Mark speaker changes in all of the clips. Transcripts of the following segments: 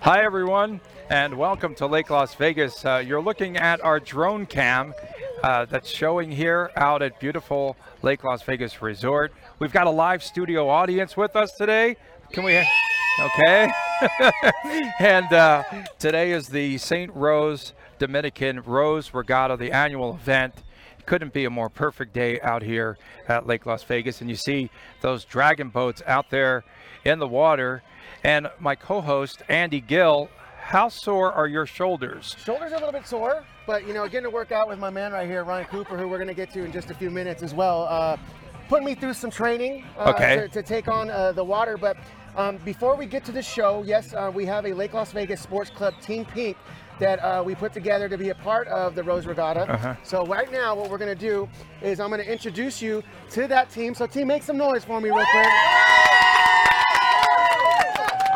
Speaker 1: Hi, everyone, and welcome to Lake Las Vegas. Uh, you're looking at our drone cam uh, that's showing here out at beautiful Lake Las Vegas Resort. We've got a live studio audience with us today. Can we? Okay. and uh, today is the St. Rose Dominican Rose Regatta, the annual event couldn't be a more perfect day out here at Lake Las Vegas. And you see those dragon boats out there in the water. And my co host, Andy Gill, how sore are your shoulders?
Speaker 2: Shoulders are a little bit sore, but you know, getting to work out with my man right here, Ryan Cooper, who we're going to get to in just a few minutes as well, uh, putting me through some training uh,
Speaker 1: Okay.
Speaker 2: to, to take on uh, the water. But um, before we get to the show, yes, uh, we have a Lake Las Vegas Sports Club Team Pink that uh, we put together to be a part of the Rose Regatta. So right now, what we're going to do is I'm going to introduce you to that team. So team, make some noise for me real quick.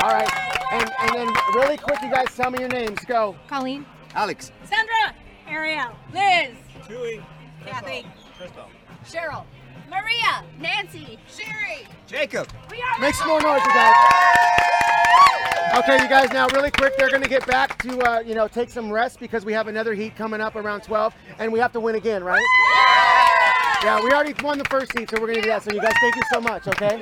Speaker 2: All right. And, and then really quick, you guys tell me your names. Go.
Speaker 3: Colleen.
Speaker 2: Alex.
Speaker 3: Sandra. Ariel. Liz. Tui. Kathy. Crystal. Cheryl. Maria. Nancy. Sherry.
Speaker 4: Jacob.
Speaker 3: We are
Speaker 2: Make some more noise, you guys. Okay, you guys. Now, really quick, they're going to get back to uh, you know take some rest because we have another heat coming up around 12, and we have to win again, right? Yeah, we already won the first heat, so we're going to do that. So you guys, thank you so much. Okay.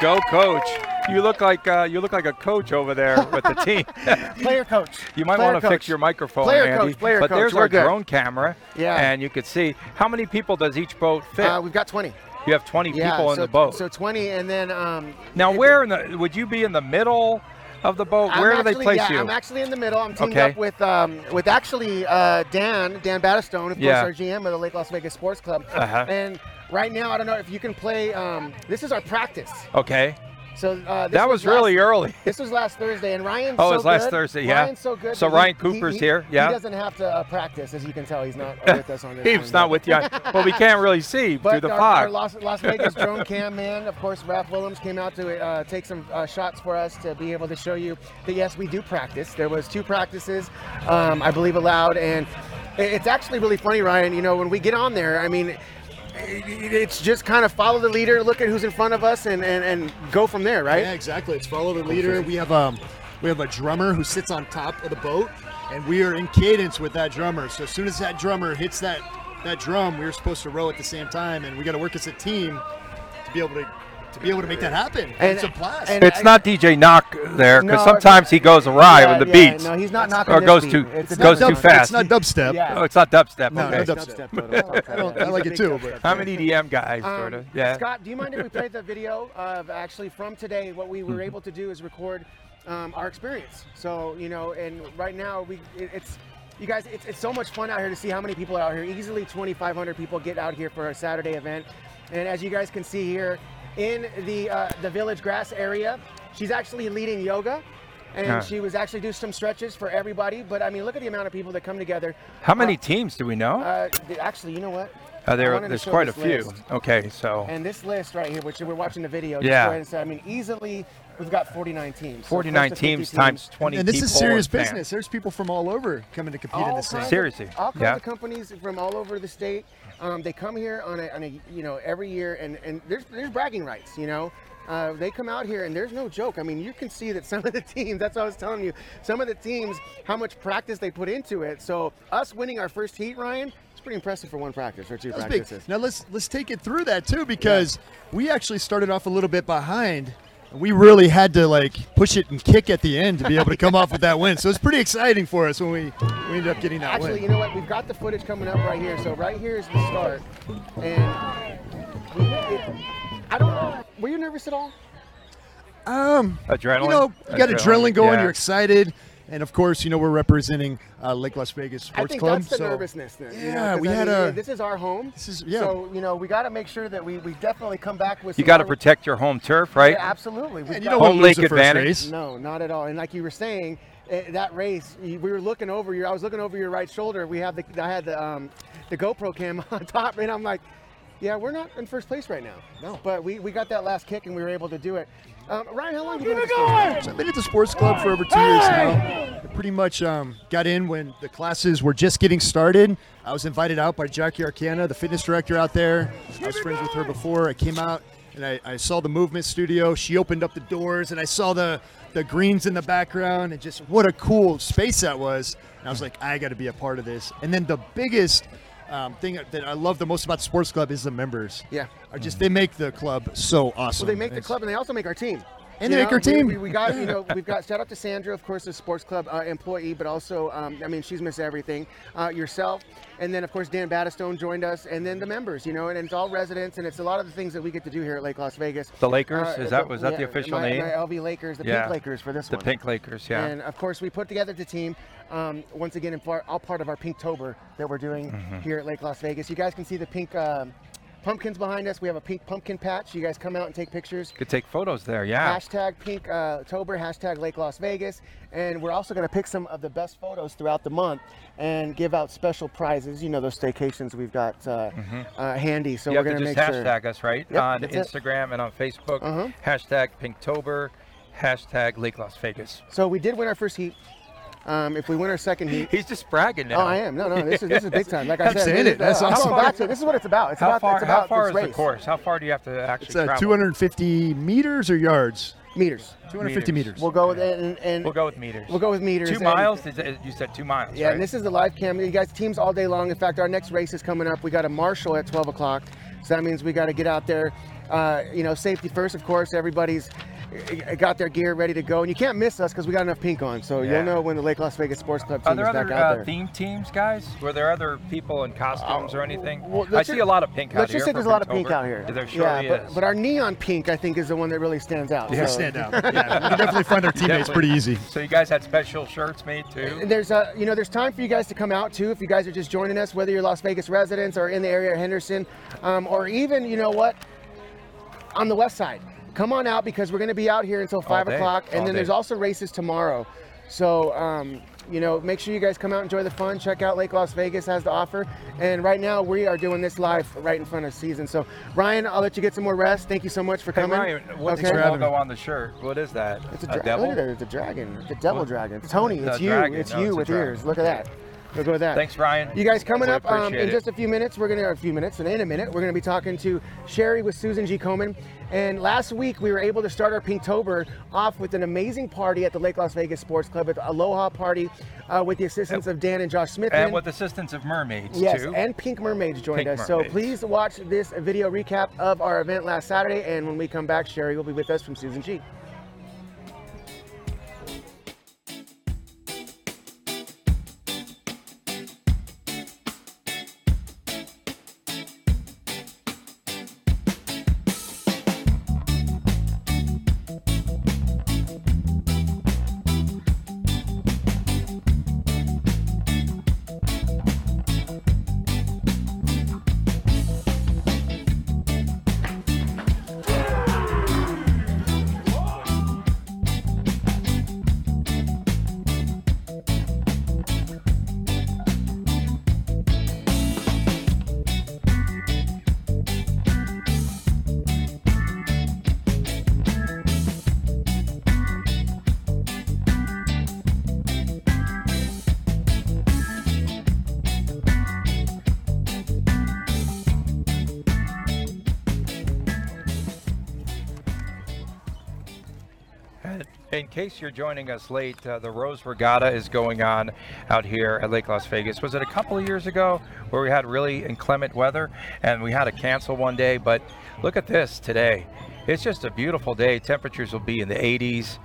Speaker 1: Go, coach. You look like uh, you look like a coach over there with the team.
Speaker 2: Player coach.
Speaker 1: you might
Speaker 2: Player
Speaker 1: want to
Speaker 2: coach.
Speaker 1: fix your microphone,
Speaker 2: Player
Speaker 1: Andy.
Speaker 2: coach, player
Speaker 1: but
Speaker 2: coach,
Speaker 1: there's
Speaker 2: we're
Speaker 1: our
Speaker 2: good.
Speaker 1: drone camera,
Speaker 2: Yeah.
Speaker 1: and you can see how many people does each boat fit.
Speaker 2: Uh, we've got 20.
Speaker 1: you have 20
Speaker 2: Yeah.
Speaker 1: people
Speaker 2: so,
Speaker 1: in the boat.
Speaker 2: So 20, and then um,
Speaker 1: now,
Speaker 2: it-
Speaker 1: where in the would you be in the middle of the boat? Where
Speaker 2: I'm
Speaker 1: do they
Speaker 2: actually-
Speaker 1: place
Speaker 2: yeah,
Speaker 1: you?
Speaker 2: I'm actually in the middle. I'm teamed
Speaker 1: Okay.
Speaker 2: up with um, with actually uh, Dan Dan Battistone, of
Speaker 1: Yeah.
Speaker 2: course, our GM of the Lake Las Vegas Sports Club.
Speaker 1: Uh-huh.
Speaker 2: And right now, I don't know if you can play. Um, this is our practice.
Speaker 1: okay.
Speaker 2: So uh, this
Speaker 1: That was really
Speaker 2: last,
Speaker 1: early.
Speaker 2: This was last Thursday, and Ryan's
Speaker 1: Oh, it
Speaker 2: so
Speaker 1: was last
Speaker 2: good.
Speaker 1: Thursday, yeah.
Speaker 2: Ryan's so good.
Speaker 1: So
Speaker 2: that he-
Speaker 1: Ryan
Speaker 2: he-
Speaker 1: Cooper's
Speaker 2: he-
Speaker 1: here, yeah.
Speaker 2: He doesn't have to uh, practice, as you can tell. He's not with us on this. one
Speaker 1: He's
Speaker 2: yet.
Speaker 1: not with you. Well, we can't really see
Speaker 2: But
Speaker 1: through the
Speaker 2: our,
Speaker 1: fog.
Speaker 2: our Las, Las Vegas drone cam man, of course, Raph Williams came out to uh, take some uh, shots for us to be able to show you that yes, we do practice. There was two practices, um, I believe, allowed, and it- it's actually really funny, Ryan. You know, when we get on there, I mean. it- it- It's just kind of follow the leader, look at who's in front of us, and, and, and go from there, right?
Speaker 4: Yeah, exactly. It's follow the leader. We have um, we have a drummer who sits on top of the boat, and we are in cadence with that drummer. So as soon as that drummer hits that that drum, we are supposed to row at the same time, and we got to work as a team to be able to to be able to make that happen.
Speaker 2: And-
Speaker 4: it's a blast.
Speaker 2: and-
Speaker 1: it's not DJ Knock there because
Speaker 2: No,
Speaker 1: sometimes he goes awry
Speaker 2: Yeah,
Speaker 1: with the
Speaker 2: yeah,
Speaker 1: beats.
Speaker 2: No, he's not knocking
Speaker 1: or
Speaker 2: this
Speaker 1: goes
Speaker 2: beat.
Speaker 1: too-
Speaker 2: It's a
Speaker 1: goes
Speaker 2: different
Speaker 1: too
Speaker 2: one.
Speaker 1: fast.
Speaker 4: It's not dubstep.
Speaker 2: Yeah.
Speaker 1: oh, it's not dubstep.
Speaker 4: No,
Speaker 1: okay.
Speaker 4: no dubstep. I, don't, I like it too. But
Speaker 1: I'm an EDM guy, sort
Speaker 2: Um,
Speaker 1: of. Yeah.
Speaker 2: Scott, do you mind if we play the video of actually from today? What we were
Speaker 1: Hmm.
Speaker 2: able to do is record um, our experience. So you know, and right now we it, it's. You guys, it's, it's so much fun out here to see how many people are out here. Easily 2,500 people get out here for our Saturday event, and as you guys can see here, in the uh, the village grass area, she's actually leading yoga, and
Speaker 1: Huh.
Speaker 2: she was actually doing some stretches for everybody. But I mean, look at the amount of people that come together.
Speaker 1: How many teams do we know?
Speaker 2: Uh, th- actually, you know what?
Speaker 1: Uh,
Speaker 2: I
Speaker 1: there,
Speaker 2: wanted to
Speaker 1: there's
Speaker 2: show
Speaker 1: quite a
Speaker 2: this
Speaker 1: few.
Speaker 2: list.
Speaker 1: Okay, so
Speaker 2: And this list right here, which we're watching the video,
Speaker 1: Yeah.
Speaker 2: yeah. I mean, easily we've got 49 teams. So
Speaker 1: 49
Speaker 2: close to 50
Speaker 1: teams times 20
Speaker 4: and this is
Speaker 1: people
Speaker 4: serious
Speaker 1: with fans.
Speaker 4: business. There's people from all over coming to compete in
Speaker 2: All
Speaker 4: this
Speaker 2: kinds
Speaker 4: thing.
Speaker 2: of-
Speaker 1: Seriously,
Speaker 2: all kinds
Speaker 1: yeah.
Speaker 2: of companies from all over the state. Um, they come here on a, on a, you know, every year, and and there's there's bragging rights, you know. Uh, they come out here, and there's no joke. I mean, you can see that some of the teams. That's what I was telling you. Some of the teams, how much practice they put into it. So us winning our first heat, Ryan, it's pretty impressive for one practice or two
Speaker 4: That was big.
Speaker 2: practices.
Speaker 4: Now let's let's take it through that too because we actually started off a little bit behind. and We really had to like push it and kick at the end to be able to come off with that win. So it's pretty exciting for us when we, we ended up getting that
Speaker 2: Actually,
Speaker 4: win.
Speaker 2: you know what? We've got the footage coming up right here. So right here is the start, and we, it, I don't. know. Were you nervous at all?
Speaker 4: um,
Speaker 1: Adrenaline.
Speaker 4: you know, you got adrenaline going.
Speaker 1: yeah.
Speaker 4: You're excited, and of course, you know we're representing uh, Lake Las Vegas Sports
Speaker 2: I think
Speaker 4: Club.
Speaker 2: that's the
Speaker 4: so
Speaker 2: nervousness. Then, you know,
Speaker 4: Yeah,
Speaker 2: 'cause
Speaker 4: we
Speaker 2: I
Speaker 4: had
Speaker 2: mean,
Speaker 4: a-
Speaker 2: This is our home.
Speaker 4: This is- yeah.
Speaker 2: So you know, we got to make sure that we, we definitely come back with.
Speaker 1: You
Speaker 2: some
Speaker 1: got to
Speaker 2: hard-
Speaker 1: protect your home turf, right?
Speaker 2: Um, Yeah, absolutely. We've
Speaker 4: and you
Speaker 2: got-
Speaker 4: don't want
Speaker 1: Home
Speaker 4: to lose
Speaker 1: lake
Speaker 4: the first
Speaker 1: advantage.
Speaker 4: race.
Speaker 2: No, not at all. And like you were saying, eh, that race, you- we were looking over your. I was looking over your right shoulder. We have the. I had the um, the GoPro cam on top, and I'm like, yeah, we're not in first place right now.
Speaker 4: No.
Speaker 2: But we, we got that last kick, and we were able to do it. Um, Ryan, how long have you been going?
Speaker 4: So I've been at the sports club for over two years now. I pretty much um, got in when the classes were just getting started. I was invited out by Jackie Arcana, the fitness director out there. I was friends with her before. I came out, and I, I saw the movement studio. She opened up the doors, and I saw the the greens in the background, and just what a cool space that was. And I was like, I got to be a part of this. And then the biggest um, thing that I love the most about sports club is the members.
Speaker 2: Yeah.
Speaker 4: are just they make the club so awesome.
Speaker 2: Well, they make the
Speaker 4: It's-
Speaker 2: club, and they also make our team.
Speaker 4: And they make our
Speaker 2: we-
Speaker 4: team.
Speaker 2: We, we got, you know, we've got shout out to Sandra, of course, the sports club uh, employee, but also, um, I mean, she's missed everything. Uh, yourself, and then of course Dan Battistone joined us, and then the members, you know, and, it's all residents, and it's a lot of the things that we get to do here at Lake Las Vegas.
Speaker 1: The Lakers?
Speaker 2: Uh,
Speaker 1: Is that- was that the official
Speaker 2: my,
Speaker 1: name?
Speaker 2: My LV Lakers, the
Speaker 1: Yeah.
Speaker 2: Pink Lakers for this
Speaker 1: The
Speaker 2: one.
Speaker 1: Pink Lakers, yeah.
Speaker 2: And of course, we put together the team um, once again, in part, all part of our Pinktober that we're doing
Speaker 1: Mm-hmm.
Speaker 2: here at Lake Las Vegas. You guys can see the pink um, pumpkins behind us. We have a pink pumpkin patch. You guys come out and take pictures.
Speaker 1: Could take photos there, yeah.
Speaker 2: Hashtag Pink uh, Tober, hashtag Lake Las Vegas, and we're also going to pick some of the best photos throughout the month and give out special prizes. You know those staycations we've got uh, uh, handy,
Speaker 1: Mm-hmm.
Speaker 2: so
Speaker 1: you
Speaker 2: we're
Speaker 1: have
Speaker 2: going
Speaker 1: to
Speaker 2: to
Speaker 1: just
Speaker 2: make
Speaker 1: hashtag
Speaker 2: sure.
Speaker 1: us, right?
Speaker 2: Yep,
Speaker 1: on
Speaker 2: that's it. Mm-hmm.
Speaker 1: Instagram and on Facebook. Hashtag Pinktober, hashtag Lake Las Vegas.
Speaker 2: So we did win our first heat. Um, if we win our second heat,
Speaker 1: He's just bragging now.
Speaker 2: Oh, I am. No, no, this is this is big time. Like I
Speaker 4: Kept
Speaker 2: said,
Speaker 4: saying
Speaker 2: this,
Speaker 4: it. That's
Speaker 2: uh, I'm
Speaker 4: awesome.
Speaker 2: about to- this is what it's about. It's
Speaker 1: How
Speaker 2: about,
Speaker 1: far,
Speaker 2: it's
Speaker 1: how
Speaker 2: about
Speaker 1: far
Speaker 2: this
Speaker 1: is
Speaker 2: race.
Speaker 1: the course? How far do you have to actually
Speaker 4: It's uh,
Speaker 1: travel?
Speaker 4: 250 meters or yards?
Speaker 2: meters.
Speaker 4: 250
Speaker 1: Meters.
Speaker 4: meters.
Speaker 2: We'll go with and, and
Speaker 1: We'll go with meters.
Speaker 2: We'll go with meters.
Speaker 1: Two
Speaker 2: and-
Speaker 1: miles? Is it- you said two miles.
Speaker 2: Yeah,
Speaker 1: right?
Speaker 2: and this is the live cam. You guys, teams all day long. In fact, our next race is coming up. We got a marshal at 12 o'clock, so that means we got to get out there. Uh, you know, safety first, of course. Everybody's uh, got their gear ready to go, and you can't miss us because we got enough pink on. So
Speaker 1: Yeah.
Speaker 2: you'll know when the Lake Las Vegas Sports Club
Speaker 1: Are
Speaker 2: team is
Speaker 1: there
Speaker 2: back
Speaker 1: other
Speaker 2: out
Speaker 1: uh,
Speaker 2: there. Uh,
Speaker 1: theme teams, guys? Were there other people in costumes or anything?
Speaker 2: Well,
Speaker 1: I
Speaker 2: let's
Speaker 1: see
Speaker 2: ju-
Speaker 1: a lot of pink out
Speaker 2: Let's
Speaker 1: here.
Speaker 2: just say
Speaker 1: for
Speaker 2: there's a lot of pink
Speaker 1: Pinktober.
Speaker 2: out here.
Speaker 1: There surely
Speaker 2: yeah,
Speaker 1: is.
Speaker 2: But, but our neon pink, I think, is the one that really stands out.
Speaker 4: They
Speaker 2: so-
Speaker 4: stand out. Yeah, we can definitely find our teammates
Speaker 1: Definitely.
Speaker 4: pretty easy.
Speaker 1: so you guys had special shirts made
Speaker 2: And
Speaker 1: too.
Speaker 2: There's a, you know, there's time for you guys to come out too. If you guys are just joining us, whether you're Las Vegas residents or in the area of Henderson, um, or even, you know what, on the west side, come on out because we're going to be out here until five
Speaker 1: day.
Speaker 2: o'clock, and
Speaker 1: All
Speaker 2: then
Speaker 1: day.
Speaker 2: there's also races tomorrow. So, um, you know, make sure you guys come out, enjoy the fun, check out Lake Las Vegas has to offer. And right now, we are doing this live right in front of season. So, Ryan, I'll let you get some more rest. Thank you so much for
Speaker 1: Hey
Speaker 2: coming.
Speaker 1: Ryan, what's
Speaker 2: Okay.
Speaker 1: the logo on the shirt? What is that?
Speaker 2: It's a,
Speaker 1: a
Speaker 2: dra-
Speaker 1: devil.
Speaker 2: Look at it. It's a dragon. It's a devil
Speaker 1: What?
Speaker 2: dragon. Tony,
Speaker 1: It's
Speaker 2: it's,
Speaker 1: a
Speaker 2: you.
Speaker 1: dragon.
Speaker 2: It's
Speaker 1: No,
Speaker 2: you
Speaker 1: it's a
Speaker 2: with
Speaker 1: dragon.
Speaker 2: ears. Look at that. Look at that.
Speaker 1: Thanks, Ryan.
Speaker 2: You guys coming
Speaker 1: We
Speaker 2: up um,
Speaker 1: appreciate
Speaker 2: in
Speaker 1: it.
Speaker 2: just a few minutes. We're gonna a few minutes and in a minute we're gonna be talking to Sherry with Susan G. Komen. And last week we were able to start our Pinktober off with an amazing party at the Lake Las Vegas Sports Club at the Aloha Party uh, with the assistance of Dan and Josh Smith.
Speaker 1: And with assistance of mermaids
Speaker 2: Yes,
Speaker 1: too.
Speaker 2: and Pink Mermaids joined
Speaker 1: Pink
Speaker 2: us. So
Speaker 1: Mermaids.
Speaker 2: please watch this video recap of our event last Saturday. And when we come back, Sherry will be with us from Susan G.
Speaker 1: In case you're joining us late, uh, the Rose Regatta is going on out here at Lake Las Vegas. Was it a couple of years ago where we had really inclement weather and we had to cancel one day? But look at this today. It's just a beautiful day. Temperatures will be in the 80s.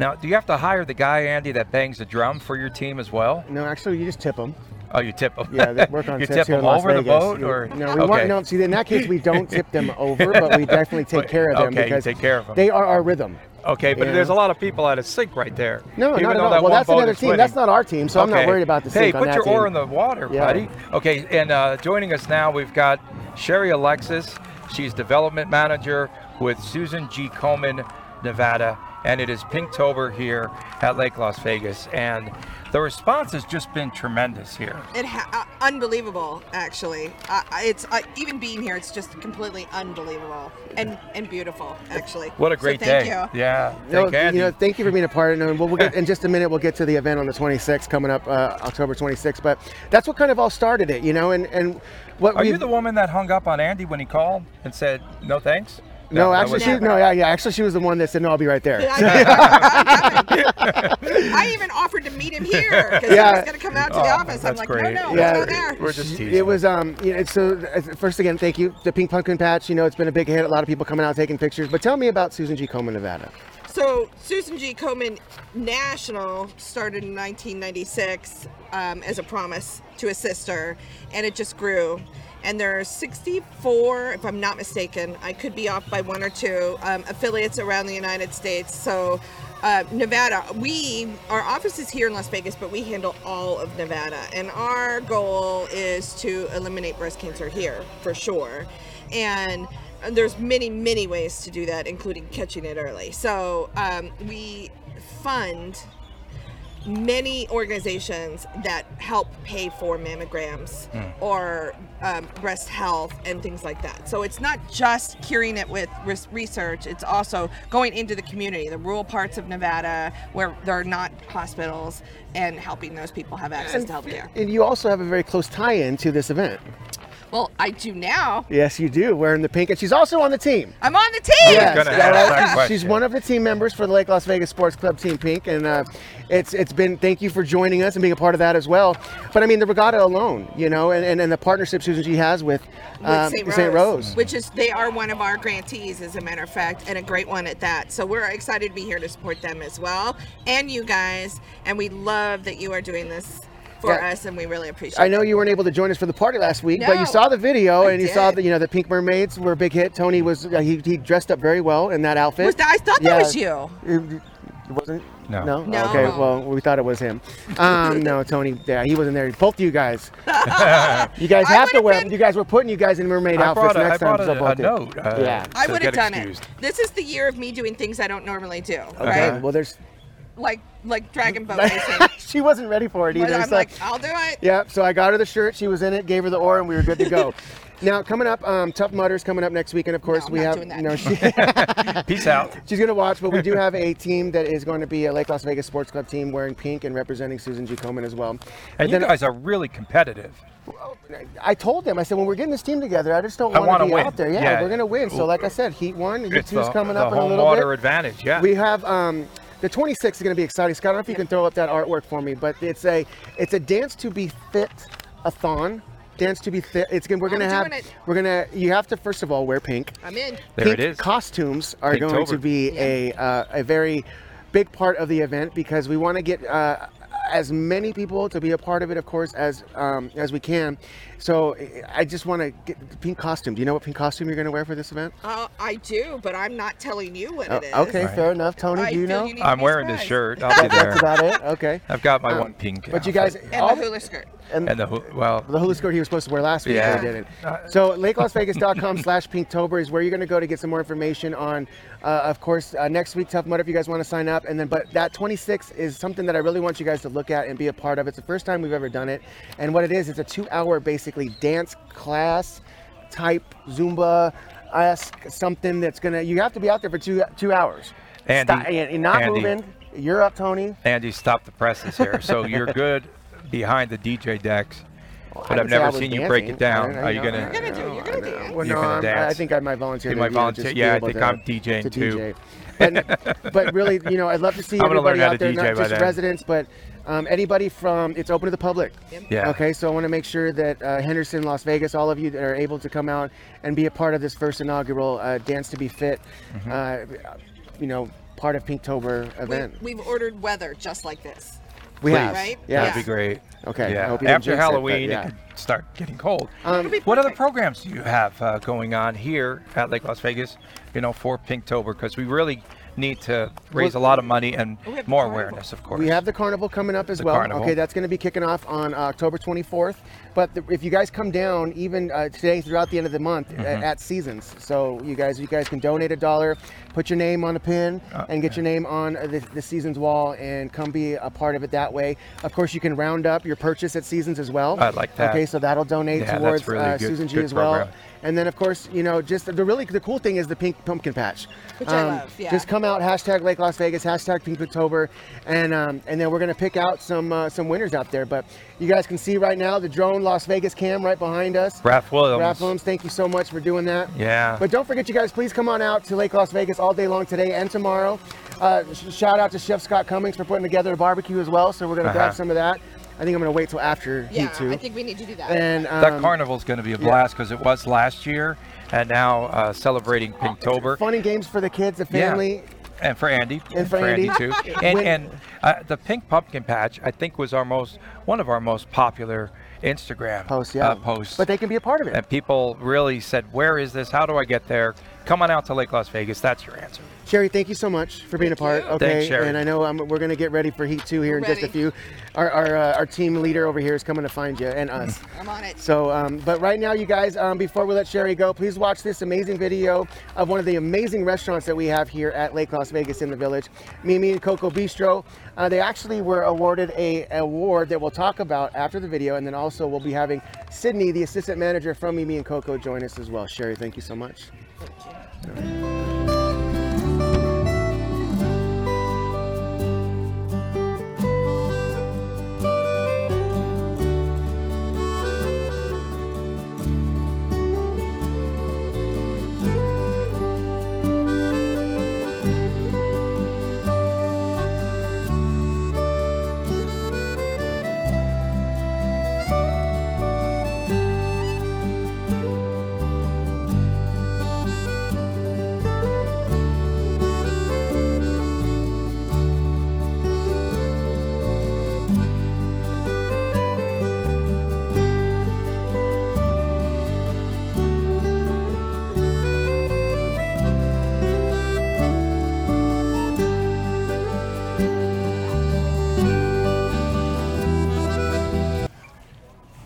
Speaker 1: Now, do you have to hire the guy, Andy, that bangs the drum for your team as well?
Speaker 2: No, actually, you just tip them.
Speaker 1: Oh, you tip him.
Speaker 2: Yeah, they work on
Speaker 1: you
Speaker 2: tips
Speaker 1: tip
Speaker 2: here
Speaker 1: him
Speaker 2: in Las
Speaker 1: over the
Speaker 2: Vegas.
Speaker 1: boat,
Speaker 2: You-
Speaker 1: or
Speaker 2: no, we want no. See, in that case, we don't tip them over, but we definitely take
Speaker 1: But-
Speaker 2: care of them
Speaker 1: okay, you
Speaker 2: because
Speaker 1: take care of 'em.
Speaker 2: they are our rhythm.
Speaker 1: Okay, but
Speaker 2: Yeah.
Speaker 1: there's a lot of people at a sink right there.
Speaker 2: No,
Speaker 1: Even
Speaker 2: not at
Speaker 1: though
Speaker 2: all.
Speaker 1: that
Speaker 2: well,
Speaker 1: one
Speaker 2: that's
Speaker 1: boat
Speaker 2: another
Speaker 1: is
Speaker 2: team.
Speaker 1: winning.
Speaker 2: That's not our team, so I'm not
Speaker 1: Okay.
Speaker 2: worried about the
Speaker 1: Hey,
Speaker 2: sink
Speaker 1: put
Speaker 2: on that
Speaker 1: your
Speaker 2: team.
Speaker 1: oar in the water,
Speaker 2: Yeah.
Speaker 1: buddy. Okay, and uh, joining us now, we've got Sherry Alexis. She's development manager with Susan G. Komen, Nevada, and it is Pinktober here at Lake Las Vegas, and the response has just been tremendous here.
Speaker 5: It ha- uh, unbelievable, actually. Uh, it's uh, even being here. It's just completely unbelievable and and beautiful, actually.
Speaker 1: What a
Speaker 5: So
Speaker 1: great
Speaker 5: thank
Speaker 1: day!
Speaker 5: You.
Speaker 1: Yeah,
Speaker 2: No,
Speaker 1: thank Andy.
Speaker 2: you know, thank you for being a part. And we'll, we'll get in just a minute. We'll get to the event on the 26th coming up, uh, October 26th. But that's what kind of all started it, you know. And and what
Speaker 1: Are
Speaker 2: we
Speaker 1: you the woman that hung up on Andy when he called and said no thanks?
Speaker 2: no,
Speaker 1: that
Speaker 2: actually,
Speaker 1: was-
Speaker 2: she, no, yeah, yeah. Actually, she was the one that said, "No, I'll be right there."
Speaker 5: I, I even offered to meet him here because
Speaker 2: Yeah.
Speaker 5: he was going to come out to the
Speaker 1: Oh,
Speaker 5: office. I'm
Speaker 1: that's
Speaker 5: like,
Speaker 1: great.
Speaker 5: no, no,
Speaker 2: Yeah.
Speaker 5: we'll go there.
Speaker 1: We're just teasing.
Speaker 2: It was um, you know, so uh, first again, thank you. The Pink Pumpkin Patch, you know, it's been a big hit. A lot of people coming out taking pictures. But tell me about Susan G. Komen, Nevada.
Speaker 5: So Susan G. Komen National started in 1996 um, as a promise to a sister, and it just grew. And there are 64, if I'm not mistaken, I could be off by one or two um, affiliates around the United States. So uh, Nevada, we our office is here in Las Vegas, but we handle all of Nevada, and our goal is to eliminate breast cancer here for sure. And and there's many many ways to do that including catching it early so um, we fund many organizations that help pay for mammograms or um, breast health and things like that so it's not just curing it with res- research it's also going into the community the rural parts of nevada where there are not hospitals and helping those people have access to health care
Speaker 2: And you also have a very close tie-in to this event.
Speaker 5: well i do now
Speaker 2: Yes, you do. Wearing the pink, and she's also on the team.
Speaker 5: i'm on the team
Speaker 1: Yeah. gonna
Speaker 2: yeah,
Speaker 1: ask
Speaker 2: well,
Speaker 1: that
Speaker 2: she's- She's
Speaker 1: question.
Speaker 2: one of the team members for the Lake Las Vegas Sports Club Team Pink, and uh, it's it's been thank you for joining us and being a part of that as well. But I mean, the regatta alone, you know, and, and, and the partnership Susan G has with, um,
Speaker 5: St. Rose,
Speaker 2: St. Rose.
Speaker 5: which is they are one of our grantees, as a matter of fact, and a great one at that. So we're excited to be here to support them as well, and you guys. And we love that you are doing this for
Speaker 2: Yeah.
Speaker 5: us, and we really appreciate.
Speaker 2: I know you weren't able to join us for the party last week, but
Speaker 5: No,
Speaker 2: you saw the video
Speaker 5: I
Speaker 2: and you saw
Speaker 5: did.
Speaker 2: that you know the Pink Mermaids were a big hit. Tony was uh, he, he dressed up very well in that outfit.
Speaker 5: It. Was that, I thought
Speaker 2: Yeah.
Speaker 5: that was you.
Speaker 2: It, it wasn't.
Speaker 1: No.
Speaker 2: no.
Speaker 5: No.
Speaker 2: Okay. Well, we thought it was him. Um, no, Tony. Yeah, he wasn't there. Both you guys. you guys
Speaker 5: I
Speaker 2: have to
Speaker 5: would've
Speaker 2: wear.
Speaker 5: been-
Speaker 2: You guys were putting you guys in mermaid
Speaker 1: I
Speaker 2: outfits
Speaker 1: brought a, I
Speaker 2: next time.
Speaker 1: brought
Speaker 2: so
Speaker 1: a,
Speaker 2: both
Speaker 1: a
Speaker 2: did.
Speaker 1: note. uh,
Speaker 2: Yeah.
Speaker 5: I
Speaker 1: to
Speaker 5: would have
Speaker 1: get
Speaker 5: done
Speaker 1: excused.
Speaker 5: it. This is the year of me doing things I don't normally do,
Speaker 2: Okay.
Speaker 5: right?
Speaker 2: Well, there's.
Speaker 5: Like like dragon boat racing.
Speaker 2: she wasn't ready for it
Speaker 5: But
Speaker 2: either.
Speaker 5: I'm
Speaker 2: so-
Speaker 5: like, I'll do it.
Speaker 2: uh, Yeah, so I got her the shirt. She was in it, gave her the oar, and we were good to go. now, coming up, um, Tough Mudder's coming up next week, and of course,
Speaker 5: I'm
Speaker 2: we
Speaker 5: not
Speaker 2: have.
Speaker 5: doing that.
Speaker 2: No, she,
Speaker 1: Peace out.
Speaker 2: she's going to watch, but we do have a team that is going to be a Lake Las Vegas Sports Club team wearing pink and representing Susan G. Komen as well.
Speaker 1: And you guys are really competitive.
Speaker 2: I told them, I said, when we're getting this team together, I just don't
Speaker 1: I
Speaker 2: want
Speaker 1: wanna
Speaker 2: to be
Speaker 1: win.
Speaker 2: out there. Yeah,
Speaker 1: Yeah.
Speaker 2: we're going to win. So, like I said, Heat 1, Heat
Speaker 1: It's
Speaker 2: 2's
Speaker 1: the,
Speaker 2: coming
Speaker 1: the
Speaker 2: up in a
Speaker 1: home
Speaker 2: little
Speaker 1: water
Speaker 2: bit.
Speaker 1: advantage. Yeah.
Speaker 2: We have um, the 26th is going to be exciting. Scott, I don't know if you can throw up that artwork for me, but it's a it's a dance to be fit a thon. Dance to be fit. It's gonna, we're
Speaker 5: I'm
Speaker 2: gonna have
Speaker 5: doing it.
Speaker 2: we're gonna you have to first of all wear pink.
Speaker 5: I'm in.
Speaker 1: there
Speaker 2: pink
Speaker 1: it is.
Speaker 2: Costumes are going to
Speaker 1: Pinktober.
Speaker 2: be a uh, a very big part of the event because we want to get. Uh, as many people to be a part of it, of course, as um, as we can. So I- I just want to get the pink costume. Do you know what pink costume you're going to wear for this event?
Speaker 5: Uh, I do, but I'm not telling you what it is.
Speaker 2: Oh, okay,
Speaker 1: Right.
Speaker 2: fair enough. Tony,
Speaker 5: I
Speaker 2: do you
Speaker 5: feel
Speaker 2: know?
Speaker 5: you need to
Speaker 1: I'm
Speaker 5: be
Speaker 1: wearing this
Speaker 5: surprised.
Speaker 1: shirt. I'll be there.
Speaker 2: That's about it. Okay.
Speaker 1: I've got my
Speaker 2: Um,
Speaker 1: one pink.
Speaker 2: But you guys,
Speaker 1: outfit.
Speaker 5: And
Speaker 2: all-
Speaker 5: the hula skirt.
Speaker 2: and
Speaker 1: and the hoo- well,
Speaker 2: the hula skirt he was supposed to wear last week, but he
Speaker 5: Yeah.
Speaker 2: didn't. So lakelasvegas.com slash pinktober is where you're going to go to get some more information on, uh, of course, uh, next week, Tough Mudder, if you guys want to sign up. And then, but that 26 is something that I really want you guys to look at and be a part of. It's the first time we've ever done it. And what it is, it's a two hour basically dance class type Zumba esque something that's going to, you have to be out there for two two hours.
Speaker 1: Andy,
Speaker 2: Stop- and, and not
Speaker 1: Andy.
Speaker 2: moving. You're up, Tony.
Speaker 1: Andy, stop the presses here. So you're good behind the DJ decks, but
Speaker 2: I
Speaker 1: I've
Speaker 2: didn't say I
Speaker 1: never
Speaker 2: was
Speaker 1: seen you break
Speaker 2: dancing.
Speaker 1: it down.
Speaker 2: I- I
Speaker 1: Are you
Speaker 2: know,
Speaker 1: gonna?
Speaker 2: I
Speaker 5: You're gonna do.
Speaker 2: know,
Speaker 5: it, You're gonna
Speaker 2: I
Speaker 5: do. it.
Speaker 2: know. Well,
Speaker 1: You're
Speaker 2: no,
Speaker 1: gonna
Speaker 2: I'm- I
Speaker 1: dance.
Speaker 2: think I might volunteer.
Speaker 1: You
Speaker 2: to,
Speaker 1: might
Speaker 2: you know,
Speaker 1: volunteer.
Speaker 2: just be
Speaker 1: Yeah, I
Speaker 2: able
Speaker 1: think
Speaker 2: to-
Speaker 1: I'm DJing
Speaker 2: to
Speaker 1: too.
Speaker 2: DJ. But, but really, you know, I'd love to see
Speaker 1: I'm gonna learn
Speaker 2: everybody
Speaker 1: how
Speaker 2: out
Speaker 1: to
Speaker 2: there,
Speaker 1: DJ
Speaker 2: not
Speaker 1: by
Speaker 2: just
Speaker 1: then.
Speaker 2: residents, but um, anybody from. It's open to the public.
Speaker 1: Yeah.
Speaker 2: Okay, so I want to make sure that uh, Henderson, Las Vegas, all of you that are able to come out and be a part of this first inaugural uh, Dance to Be Fit,
Speaker 1: Mm-hmm.
Speaker 2: uh, you know, part of Pinktober event.
Speaker 5: We, have ordered weather just like this.
Speaker 2: We,
Speaker 1: Please.
Speaker 2: have.
Speaker 5: Right?
Speaker 2: Yeah.
Speaker 1: That'd be great.
Speaker 2: Okay, I
Speaker 1: Yeah.
Speaker 2: hope you didn't
Speaker 1: After
Speaker 2: jinx it, but
Speaker 1: Halloween, it,
Speaker 2: yeah. Um,
Speaker 1: could start getting cold.
Speaker 5: It'll be
Speaker 1: what other
Speaker 5: perfect.
Speaker 1: programs do you have uh, going on here at Lake Las Vegas? You know, for Pinktober, because we really need to raise a lot of money and
Speaker 5: We have the
Speaker 1: more
Speaker 5: carnival.
Speaker 1: awareness, of course.
Speaker 2: We have the carnival coming up as
Speaker 1: The
Speaker 2: well.
Speaker 1: carnival.
Speaker 2: Okay, that's going to be kicking off on uh, October 24th. But the, if you guys come down, even uh, today throughout the end of the month a-
Speaker 1: Mm-hmm.
Speaker 2: at Seasons, so you guys you guys can donate a dollar, put your name on a pin,
Speaker 1: Uh,
Speaker 2: and get your name on uh, the, the Seasons wall, and come be a part of it that way. Of course, you can round up your purchase at Seasons as well.
Speaker 1: I like that.
Speaker 2: Okay, so that'll donate
Speaker 1: Yeah, that's
Speaker 2: towards
Speaker 1: really
Speaker 2: uh,
Speaker 1: good-
Speaker 2: Susan G
Speaker 1: good
Speaker 2: as well.
Speaker 1: program.
Speaker 2: And then, of course, you know, just the really the cool thing is the pink pumpkin patch. Um,
Speaker 5: Which I love, yeah.
Speaker 2: Just come out, hashtag Lake Las Vegas, hashtag Pink October, and um, and then we're gonna pick out some uh, some winners out there. But you guys can see right now the drone Las Vegas cam right behind us.
Speaker 1: Raph Williams.
Speaker 2: Raph Williams, thank you so much for doing that.
Speaker 1: Yeah.
Speaker 2: But don't forget, you guys, please come on out to Lake Las Vegas all day long today and tomorrow. Uh, sh- shout out to Chef Scott Cummings for putting together a barbecue as well. So we're gonna
Speaker 1: Uh-huh.
Speaker 2: grab some of that. I think I'm gonna wait till after
Speaker 5: Yeah,
Speaker 2: you two.
Speaker 5: I think we need to do that.
Speaker 2: and um,
Speaker 1: That carnival's going to be a blast because it was last year, and now uh, celebrating Pinktober.
Speaker 2: fun Oh, and games for the kids, the family.
Speaker 1: And for Andy.
Speaker 2: And for Andy.
Speaker 1: too. And,
Speaker 2: When-
Speaker 1: and uh, the Pink Pumpkin Patch, I think, was our most one of our most popular Instagram
Speaker 2: Posts, yeah.
Speaker 1: uh, posts.
Speaker 2: But they can be a part of it.
Speaker 1: and people really said, "Where is this? How do I get there?" Come on out to Lake Las Vegas. That's your answer.
Speaker 2: Sherry, thank you so much for being a part.
Speaker 5: you.
Speaker 2: Okay,
Speaker 1: Thanks, Sherry.
Speaker 2: and I know um, we're gonna get ready for Heat Two here in just a
Speaker 5: Ready.
Speaker 2: few. Our our, uh, our team leader over here is coming to find you and us.
Speaker 5: I'm on it.
Speaker 2: So, um, but right now, you guys, um, before we let Sherry go, please watch this amazing video of one of the amazing restaurants that we have here at Lake Las Vegas in the Village, Mimi and Coco Bistro. Uh, they actually were awarded a award that we'll talk about after the video, and then also we'll be having Sydney, the assistant manager from Mimi and Coco, join us as well. Sherry, thank you so much.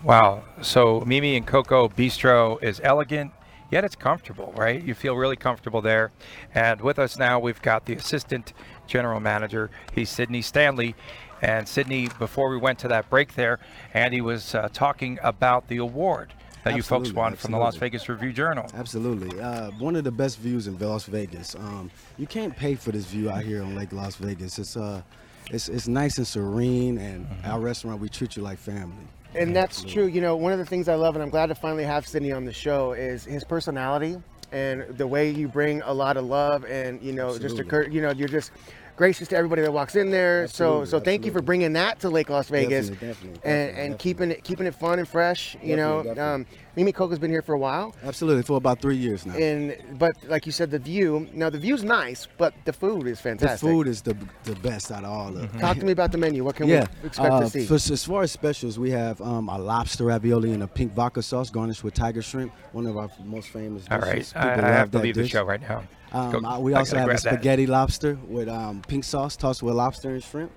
Speaker 1: Wow. So Mimi and Coco Bistro is elegant, yet it's comfortable, right? You feel really comfortable there. And with us now, we've got the assistant general manager. He's Sydney Stanley. And Sydney, before we went to that break there, Andy was uh, talking about the award that you folks
Speaker 6: Absolutely,
Speaker 1: won from the Las
Speaker 6: absolutely.
Speaker 1: Vegas Review Journal.
Speaker 6: Absolutely. Uh, one of the best views in Las Vegas. Um, you can't pay for this view out here on Lake Las Vegas. It's uh, it's, it's nice and serene, and
Speaker 1: Mm-hmm.
Speaker 6: our restaurant we treat you like family.
Speaker 2: And that's true. You know, one of the things I love, and I'm glad to finally have Sydney on the show, is his personality and the way you bring a lot of love and you know just a
Speaker 6: Absolutely.
Speaker 2: cur- you know you're just gracious to everybody that walks in there. so
Speaker 6: Absolutely,
Speaker 2: so thank you for
Speaker 6: absolutely.
Speaker 2: bringing that to Lake Las Vegas
Speaker 6: Definitely, definitely,
Speaker 2: and,
Speaker 6: definitely,
Speaker 2: and keeping it keeping it fun and fresh. You
Speaker 6: Definitely,
Speaker 2: know,
Speaker 6: definitely.
Speaker 2: Um, Mimi Coco's been here for a while,
Speaker 6: Absolutely. For about three years now.
Speaker 2: and but like you said, the view. Now the view's nice, but the food is
Speaker 6: the
Speaker 2: fantastic.
Speaker 6: food is the the best out of all
Speaker 1: Mm-hmm.
Speaker 6: of.
Speaker 2: Talk to me about the menu. What can
Speaker 6: Yeah,
Speaker 2: we expect
Speaker 6: uh,
Speaker 2: to see?
Speaker 6: for- as far as specials, we have um, a lobster ravioli and a pink vodka sauce garnished with tiger shrimp, one of our most famous
Speaker 1: All
Speaker 6: dishes.
Speaker 1: right. I,
Speaker 6: People
Speaker 1: I
Speaker 6: love
Speaker 1: have to
Speaker 6: that
Speaker 1: leave the
Speaker 6: dish.
Speaker 1: show right now. Go-
Speaker 6: Um, uh,
Speaker 1: I
Speaker 6: we
Speaker 1: gotta
Speaker 6: also have a
Speaker 1: grab that.
Speaker 6: spaghetti lobster with um, pink sauce tossed with lobster and shrimp.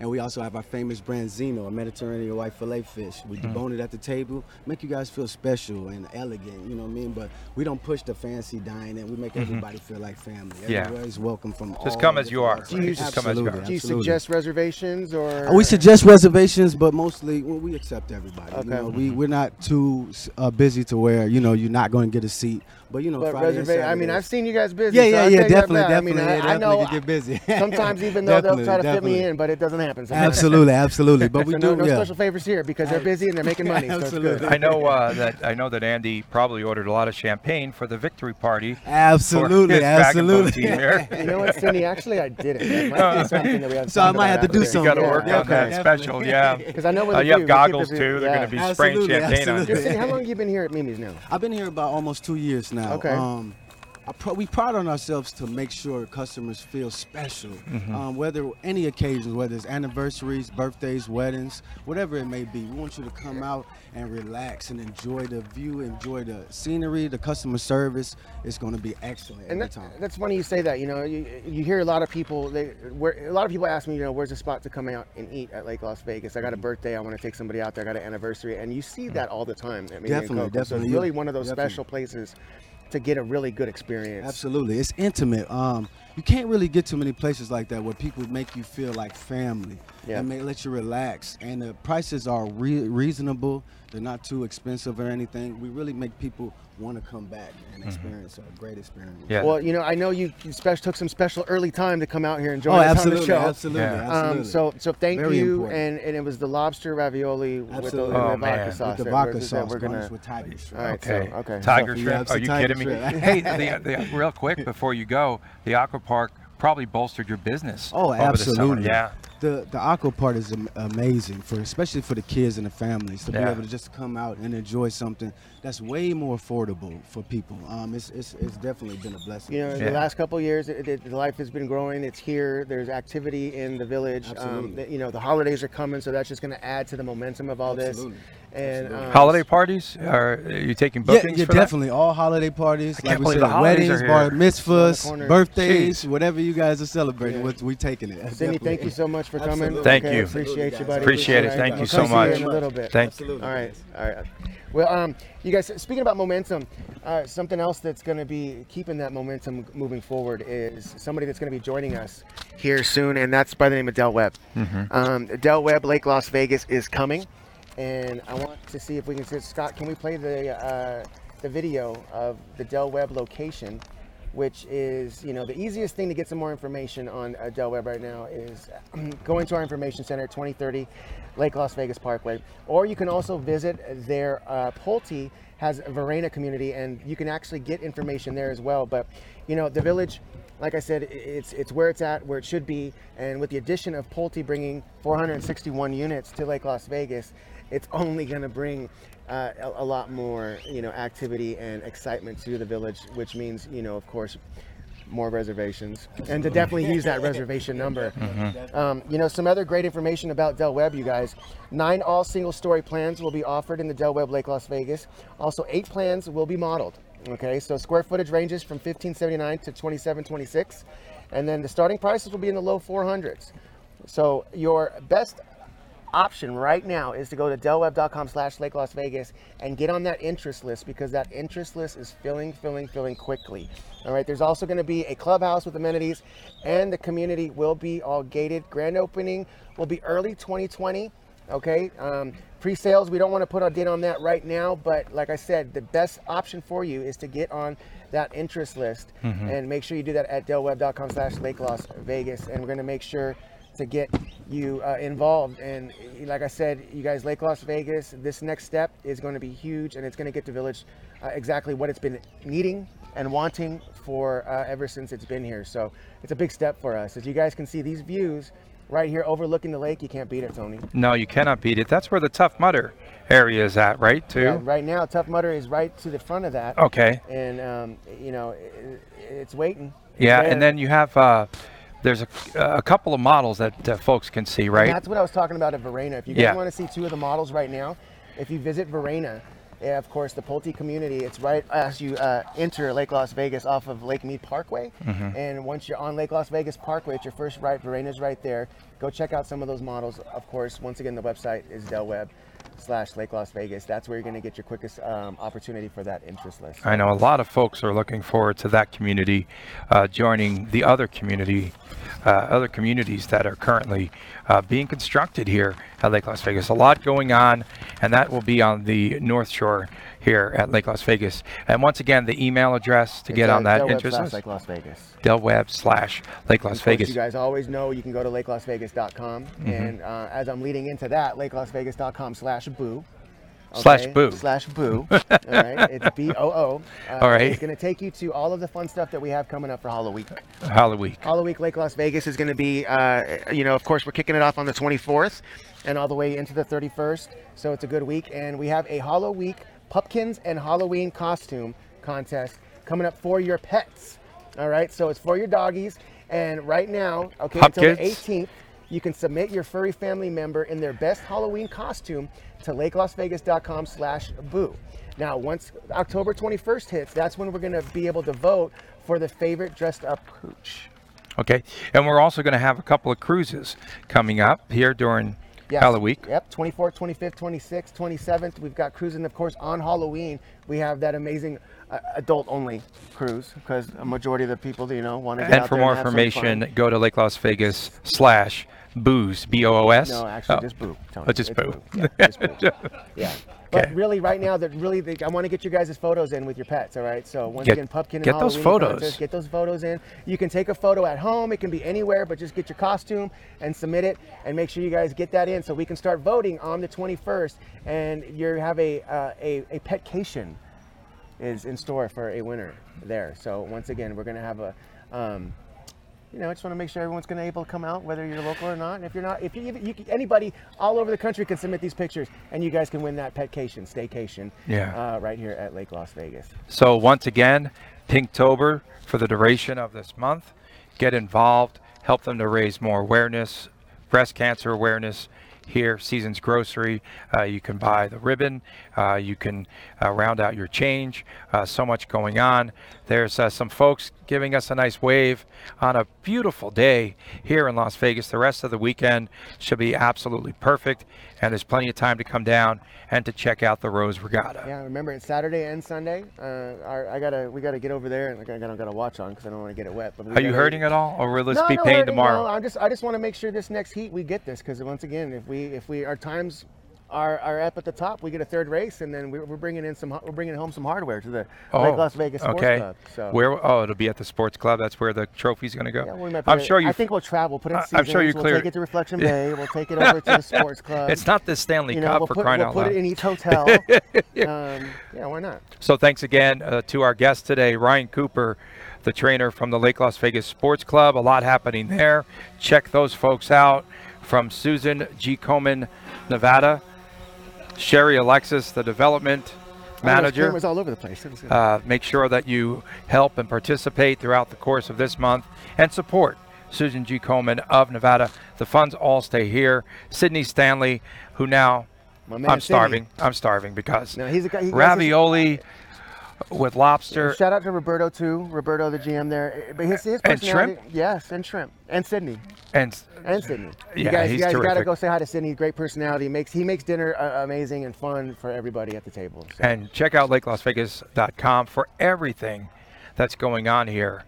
Speaker 6: And we also have our famous brand Zeno, a Mediterranean white filet fish. We
Speaker 1: Mm-hmm.
Speaker 6: debone it at the table, make you guys feel special and elegant, you know what I mean? But we don't push the fancy dining. We make everybody feel like family.
Speaker 1: Mm-hmm. Yeah.
Speaker 6: Everybody's welcome from
Speaker 1: Just
Speaker 6: all
Speaker 1: come as you
Speaker 6: different
Speaker 1: are.
Speaker 6: outlets.
Speaker 2: Do you just
Speaker 1: come as you
Speaker 6: Absolutely,
Speaker 1: are.
Speaker 2: Do you
Speaker 6: absolutely.
Speaker 2: suggest reservations or?
Speaker 6: Uh, We suggest reservations, but mostly well, we accept everybody.
Speaker 2: Okay.
Speaker 6: You know, we we're not too uh, busy to where you know you're not going to get a seat. But you know,
Speaker 2: But
Speaker 6: Friday and
Speaker 2: reservation. I mean,
Speaker 6: Saturdays-
Speaker 2: I've seen you guys busy.
Speaker 6: Yeah,
Speaker 2: so
Speaker 6: yeah,
Speaker 2: I'll
Speaker 6: yeah,
Speaker 2: take that
Speaker 6: definitely,
Speaker 2: back. I mean,
Speaker 6: definitely,
Speaker 2: I, I know.
Speaker 6: definitely get busy.
Speaker 2: sometimes, even though they'll
Speaker 6: Definitely,
Speaker 2: try to fit me
Speaker 6: definitely.
Speaker 2: in, but it doesn't happen. sometimes.
Speaker 6: Absolutely, absolutely. But we
Speaker 2: so
Speaker 6: do,
Speaker 2: no, no
Speaker 6: yeah.
Speaker 2: special favors here because they're busy and they're making money. so it's good.
Speaker 6: Absolutely.
Speaker 1: I know uh, that I know that Andy probably ordered a lot of champagne for the victory party. for
Speaker 6: Absolutely,
Speaker 1: his Dragon Boat
Speaker 6: absolutely.
Speaker 1: team here.
Speaker 2: You know what, Cindy? Actually, I didn't. That might be something that we have
Speaker 6: So I might have to do
Speaker 1: You
Speaker 6: something.
Speaker 1: got to
Speaker 6: Yeah,
Speaker 1: work on
Speaker 6: okay.
Speaker 1: that special, yeah.
Speaker 2: 'Cause I know with
Speaker 1: uh,
Speaker 2: the
Speaker 1: you have
Speaker 2: view, we keep
Speaker 1: goggles
Speaker 2: the
Speaker 1: too.
Speaker 2: view,
Speaker 1: They're
Speaker 2: yeah.
Speaker 1: going to be spraying
Speaker 6: Absolutely,
Speaker 1: champagne
Speaker 6: absolutely.
Speaker 2: Cindy, how long you been here at Mimi's now?
Speaker 6: I've been here about almost two years now.
Speaker 2: Okay.
Speaker 6: Um, I pro- we pride on ourselves to make sure customers feel special, um, whether any occasion, whether it's anniversaries, birthdays, weddons, whatever it may be. We want you to come out and relax and enjoy the view, enjoy the scenery, the customer service. It's going to be excellent
Speaker 2: And
Speaker 6: every
Speaker 2: that,
Speaker 6: time.
Speaker 2: that's funny you say that. You know, you, you hear a lot of people. They where a lot of people ask me, you know, where's the spot to come out and eat at Lake Las Vegas? I got a
Speaker 6: Mm-hmm.
Speaker 2: birthday. I want to take somebody out there. I got an anniversary, and you see that all the time. At Media and
Speaker 6: Mm. Definitely,
Speaker 2: Coco. So
Speaker 6: definitely,
Speaker 2: it's
Speaker 6: yeah.
Speaker 2: really one of those
Speaker 6: Definitely.
Speaker 2: special places to get a really good experience.
Speaker 6: Absolutely, it's intimate. Um, you can't really get to many places like that where people make you feel like family
Speaker 2: Yeah.
Speaker 6: and may let you relax. And the prices are re- reasonable; they're not too expensive or anything. We really make people want to come back and experience a great experience.
Speaker 1: Mm-hmm. Yeah.
Speaker 2: Well, you know, I know you, you special, took some special early time to come out here and join
Speaker 6: Oh,
Speaker 2: us on
Speaker 6: absolutely,
Speaker 2: the show.
Speaker 6: absolutely,
Speaker 1: Yeah.
Speaker 2: Um,
Speaker 6: absolutely.
Speaker 2: so, so thank
Speaker 6: Very
Speaker 2: you,
Speaker 6: important.
Speaker 2: and and it was the lobster ravioli with the,
Speaker 6: Absolutely.
Speaker 2: with
Speaker 1: Oh,
Speaker 2: the
Speaker 1: man.
Speaker 2: vodka
Speaker 1: With
Speaker 2: sauce.
Speaker 6: with the
Speaker 2: that
Speaker 6: vodka
Speaker 2: we're- that
Speaker 6: sauce
Speaker 2: We're gonna.
Speaker 6: garnished with tiger shrimp.
Speaker 2: All right,
Speaker 1: Okay.
Speaker 2: so okay. so-
Speaker 1: Tiger
Speaker 6: you
Speaker 1: shrimp.
Speaker 6: have
Speaker 1: Are
Speaker 6: some
Speaker 1: you
Speaker 6: tiger
Speaker 1: kidding me?
Speaker 6: shrimp.
Speaker 1: hey, the, the, real quick before you go, the aqua park probably bolstered your business. over
Speaker 6: Oh,
Speaker 1: the summer.
Speaker 6: absolutely.
Speaker 1: Yeah.
Speaker 6: The the aqua part is am- amazing for especially for the kids and the families to
Speaker 1: Yeah.
Speaker 6: be able to just come out and enjoy something that's way more affordable for people. Um, it's it's, it's definitely been a blessing.
Speaker 2: you know, in
Speaker 1: Yeah.
Speaker 2: the last couple of years, it, it, the life has been growing. It's here. There's activity in the village. Um,
Speaker 6: Absolutely.
Speaker 2: the- you know, the holidays are coming, so that's just going to add to the momentum of all
Speaker 6: Absolutely.
Speaker 2: this. And um,
Speaker 1: Holiday parties? Are you taking
Speaker 6: yeah,
Speaker 1: bookings
Speaker 6: yeah,
Speaker 1: for that?
Speaker 6: definitely. All holiday parties,
Speaker 1: can't
Speaker 6: like we
Speaker 1: believe
Speaker 6: said,
Speaker 1: the holidays
Speaker 6: weddings,
Speaker 1: are
Speaker 6: bar
Speaker 1: here.
Speaker 2: Around the corner.
Speaker 6: mitzvahs, birthdays,
Speaker 1: Jeez.
Speaker 6: whatever you guys are celebrating,
Speaker 2: Yeah.
Speaker 6: with, we taking it.
Speaker 2: Cindy, thank you so much for coming.
Speaker 6: Absolutely.
Speaker 1: Thank you.
Speaker 2: Appreciate you,
Speaker 6: Absolutely,
Speaker 2: buddy.
Speaker 6: guys.
Speaker 1: Appreciate it.
Speaker 2: All
Speaker 1: Thank you
Speaker 2: I'll
Speaker 1: so
Speaker 2: come see
Speaker 1: much.
Speaker 2: in a little bit.
Speaker 1: Thank-
Speaker 6: Absolutely.
Speaker 2: All right, all right. Well, um, you guys, speaking about momentum, uh, something else that's going to be keeping that momentum moving forward is somebody that's going to be joining us here soon, and that's by the name of Del Webb. Um, Del Webb Lake Las Vegas is coming, and I want to see if we can. Scott, can we play the uh, the video of the Del Webb location? Which is, you know, the easiest thing to get some more information on uh, Del Webb right now is going to our information center, 2030 Lake Las Vegas Parkway, or you can also visit their uh, Pulte has a Verena community, and you can actually get information there as well. But you know, the village, like I said, i- it's it's where it's at, where it should be, and with the addition of Pulte bringing 461 units to Lake Las Vegas, it's only going to bring uh, a, a lot more you know activity and excitement to the village, which means you know, of course. More reservations, and to definitely use that reservation number. Um, you know, some other great information about Del Webb, you guys. Nine all single story plans will be offered in the Del Webb Lake Las Vegas. Also, eight plans will be modeled. Okay, so square footage ranges from 1579 to 2726. And then the starting prices will be in the low 400s. So, your best option right now is to go to delweb.com slash lake las vegas and get on that interest list because that interest list is filling filling filling quickly all right there's also going to be a clubhouse with amenities and the community will be all gated grand opening will be early 2020 okay um, pre-sales we don't want to put a date on that right now but like i said the best option for you is to get on that interest list and make sure you do that at delweb.com slash lake las vegas and we're going to make sure to get you uh, involved. And uh, like I said, you guys, Lake Las Vegas, this next step is going to be huge, and it's going to get the village uh, exactly what it's been needing and wanting for uh, ever since it's been here. So it's a big step for us. As you guys can see, these views right here overlooking the lake, you can't beat it, Tony.
Speaker 1: No, you cannot beat it. That's where the Tough Mudder area is at, right? Too.
Speaker 2: Yeah, right now, Tough Mudder is right to the front of that.
Speaker 1: Okay.
Speaker 2: And um, you know, it, it's waiting. It's
Speaker 1: Yeah,
Speaker 2: there.
Speaker 1: and then you have uh, there's a, a couple of models that uh, folks can see, right?
Speaker 2: That's what I was talking about at Verena. If you guys
Speaker 1: Yeah.
Speaker 2: want to see two of the models right now, if you visit Verena, yeah, of course, the Pulte community, it's right as you uh, enter Lake Las Vegas off of Lake Mead Parkway.
Speaker 1: Mm-hmm.
Speaker 2: And once you're on Lake Las Vegas Parkway, it's your first right. Verena's right there. Go check out some of those models. Of course, once again, the website is Del Web slash Lake Las Vegas. That's where you're going to get your quickest um, opportunity for that interest list.
Speaker 1: I know a lot of folks are looking forward to that community uh, joining the other community, uh, other communities that are currently uh, being constructed here at Lake Las Vegas. A lot going on, and that will be on the North Shore here at Lake Las Vegas. And once again, the email address to get
Speaker 2: Del-
Speaker 1: on that
Speaker 2: Del Web
Speaker 1: interest
Speaker 2: slash
Speaker 1: list:
Speaker 2: Lake Las Vegas.
Speaker 1: Del Web slash Lake Las
Speaker 2: Of course,
Speaker 1: Vegas. Mm-hmm.
Speaker 2: You guys always know you can go to lakelasvegas.com, and uh, as I'm leading into that, lakelasvegas.com slash boo.
Speaker 1: Slash
Speaker 2: okay?
Speaker 1: boo.
Speaker 2: Slash boo. all right, it's B O O. Uh,
Speaker 1: All right.
Speaker 2: It's going to take you to all of the fun stuff that we have coming up for Halloween.
Speaker 1: Halloween.
Speaker 2: Halloween Week Lake Las Vegas is going to be, uh, you know, of course, we're kicking it off on the 24th and all the way into the 31st. So it's a good week. And we have a Hollow Week Pumpkins and Halloween Costume contest coming up for your pets. All right. So it's for your doggies. And right now, okay, until the
Speaker 1: Pumpkins.
Speaker 2: 18th, you can submit your furry family member in their best Halloween costume to lakelasvegas.com slash boo. Now, once October 21st hits, that's when we're going to be able to vote for the favorite dressed up pooch.
Speaker 1: Okay, and we're also going to have a couple of cruises coming up here during Halloween.
Speaker 2: Yep, 24th, 25th, 26th, 27th. We've got cruising, of course, on Halloween. We have that amazing uh, adult-only cruise because a majority of the people, you know, want to.
Speaker 1: And for more information, go to Lake Las Vegas slash booze, B O O S.
Speaker 2: No, actually,
Speaker 1: Oh.
Speaker 2: just boo. Tony.
Speaker 1: Oh, just
Speaker 2: It's
Speaker 1: boo.
Speaker 2: Yeah, just boo. yeah.
Speaker 1: Okay.
Speaker 2: But really, right now, that really, the, I want to get you guys' photos in with your pets. All right. So once
Speaker 1: Get-
Speaker 2: again, Pupkin. And
Speaker 1: get those
Speaker 2: Halloween
Speaker 1: photos.
Speaker 2: Contest, get those photos in. You can take a photo at home. It can be anywhere, but just get your costume and submit it, and make sure you guys get that in so we can start voting on the 21st. And you have a uh, a a petcation is in store for a winner there. So once again, we're gonna have a. Um, you know, I just want to make sure everyone's going to able to come out, whether you're local or not. And if you're not, if you, even you can- anybody all over the country can submit these pictures, and you guys can win that petcation, staycation,
Speaker 1: Yeah.
Speaker 2: uh, right here at Lake Las Vegas.
Speaker 1: So once again, Pinktober for the duration of this month. Get involved, help them to raise more awareness, breast cancer awareness. Here, Seasons Grocery, uh, you can buy the ribbon, uh, you can uh, round out your change. Uh, so much going on. There's uh, some folks giving us a nice wave on a beautiful day here in Las Vegas. The rest of the weekend should be absolutely perfect, and there's plenty of time to come down and to check out the Rose Regatta.
Speaker 2: Yeah, remember it's Saturday and Sunday. Uh, our, I gotta, we gotta get over there, and like, I gotta, gotta watch on because I don't want to get it wet. But we
Speaker 1: Are you
Speaker 2: gotta-
Speaker 1: hurting at all, or will this
Speaker 2: no,
Speaker 1: be
Speaker 2: no,
Speaker 1: pain
Speaker 2: hurting,
Speaker 1: tomorrow?
Speaker 2: No, I just, I just want to make sure this next heat we get this because once again, if we, if we, our times. Are, are up at the top. We get a third race, and then we're, we're bringing in some. We're bringing home some hardware to the Lake Las Vegas Sports
Speaker 1: Oh, okay.
Speaker 2: Club. So
Speaker 1: Where? Oh, it'll be at the sports club. That's where the trophy's going to go.
Speaker 2: Yeah, we might put
Speaker 1: I'm
Speaker 2: it-
Speaker 1: sure you.
Speaker 2: I think we'll travel. Put it in
Speaker 1: I- I'm sure
Speaker 2: Seasons,
Speaker 1: you
Speaker 2: We'll
Speaker 1: cleared-
Speaker 2: take it to Reflection Bay. We'll take it over to the sports club.
Speaker 1: it's not the Stanley
Speaker 2: you know,
Speaker 1: Cup
Speaker 2: we'll
Speaker 1: for
Speaker 2: put,
Speaker 1: crying
Speaker 2: we'll
Speaker 1: out
Speaker 2: put
Speaker 1: loud.
Speaker 2: it in each hotel. um, yeah, why not?
Speaker 1: So thanks again uh, to our guest today, Ryan Cooper, the trainer from the Lake Las Vegas Sports Club. A lot happening there. Check those folks out from Susan G. Komen, Nevada. Sherry Alexis, the development manager.
Speaker 2: It was all over the place. It was good.
Speaker 1: Uh, make sure that you help and participate throughout the course of this month and support Susan G. Komen of Nevada. The funds all stay here. Sydney Stanley, who now
Speaker 2: My man
Speaker 1: I'm
Speaker 2: Sidney.
Speaker 1: starving. I'm starving because
Speaker 2: No, he's a guy- he-
Speaker 1: ravioli with lobster.
Speaker 2: Shout out to Roberto too. Roberto, the GM there. Eh, But his, his
Speaker 1: And
Speaker 2: personality- Yes, and shrimp and Sydney.
Speaker 1: And
Speaker 2: and Sydney.
Speaker 1: Yeah,
Speaker 2: you guys,
Speaker 1: he's
Speaker 2: you guys gotta
Speaker 1: terrific.
Speaker 2: go say hi to Sydney. Great personality. Makes he makes dinner uh, amazing and fun for everybody at the table. So,
Speaker 1: and check out lakelasvegas.com for everything that's going on here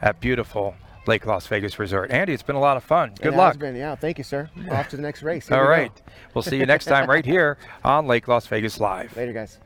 Speaker 1: at beautiful Lake Las Vegas Resort. Andy, it's been a lot of fun. Good
Speaker 2: and
Speaker 1: luck.
Speaker 2: Osborne, yeah, thank you, sir. Off to the next race. Here
Speaker 1: All
Speaker 2: we go.
Speaker 1: right. We'll see you next time right here on Lake Las Vegas Live.
Speaker 2: Later, guys.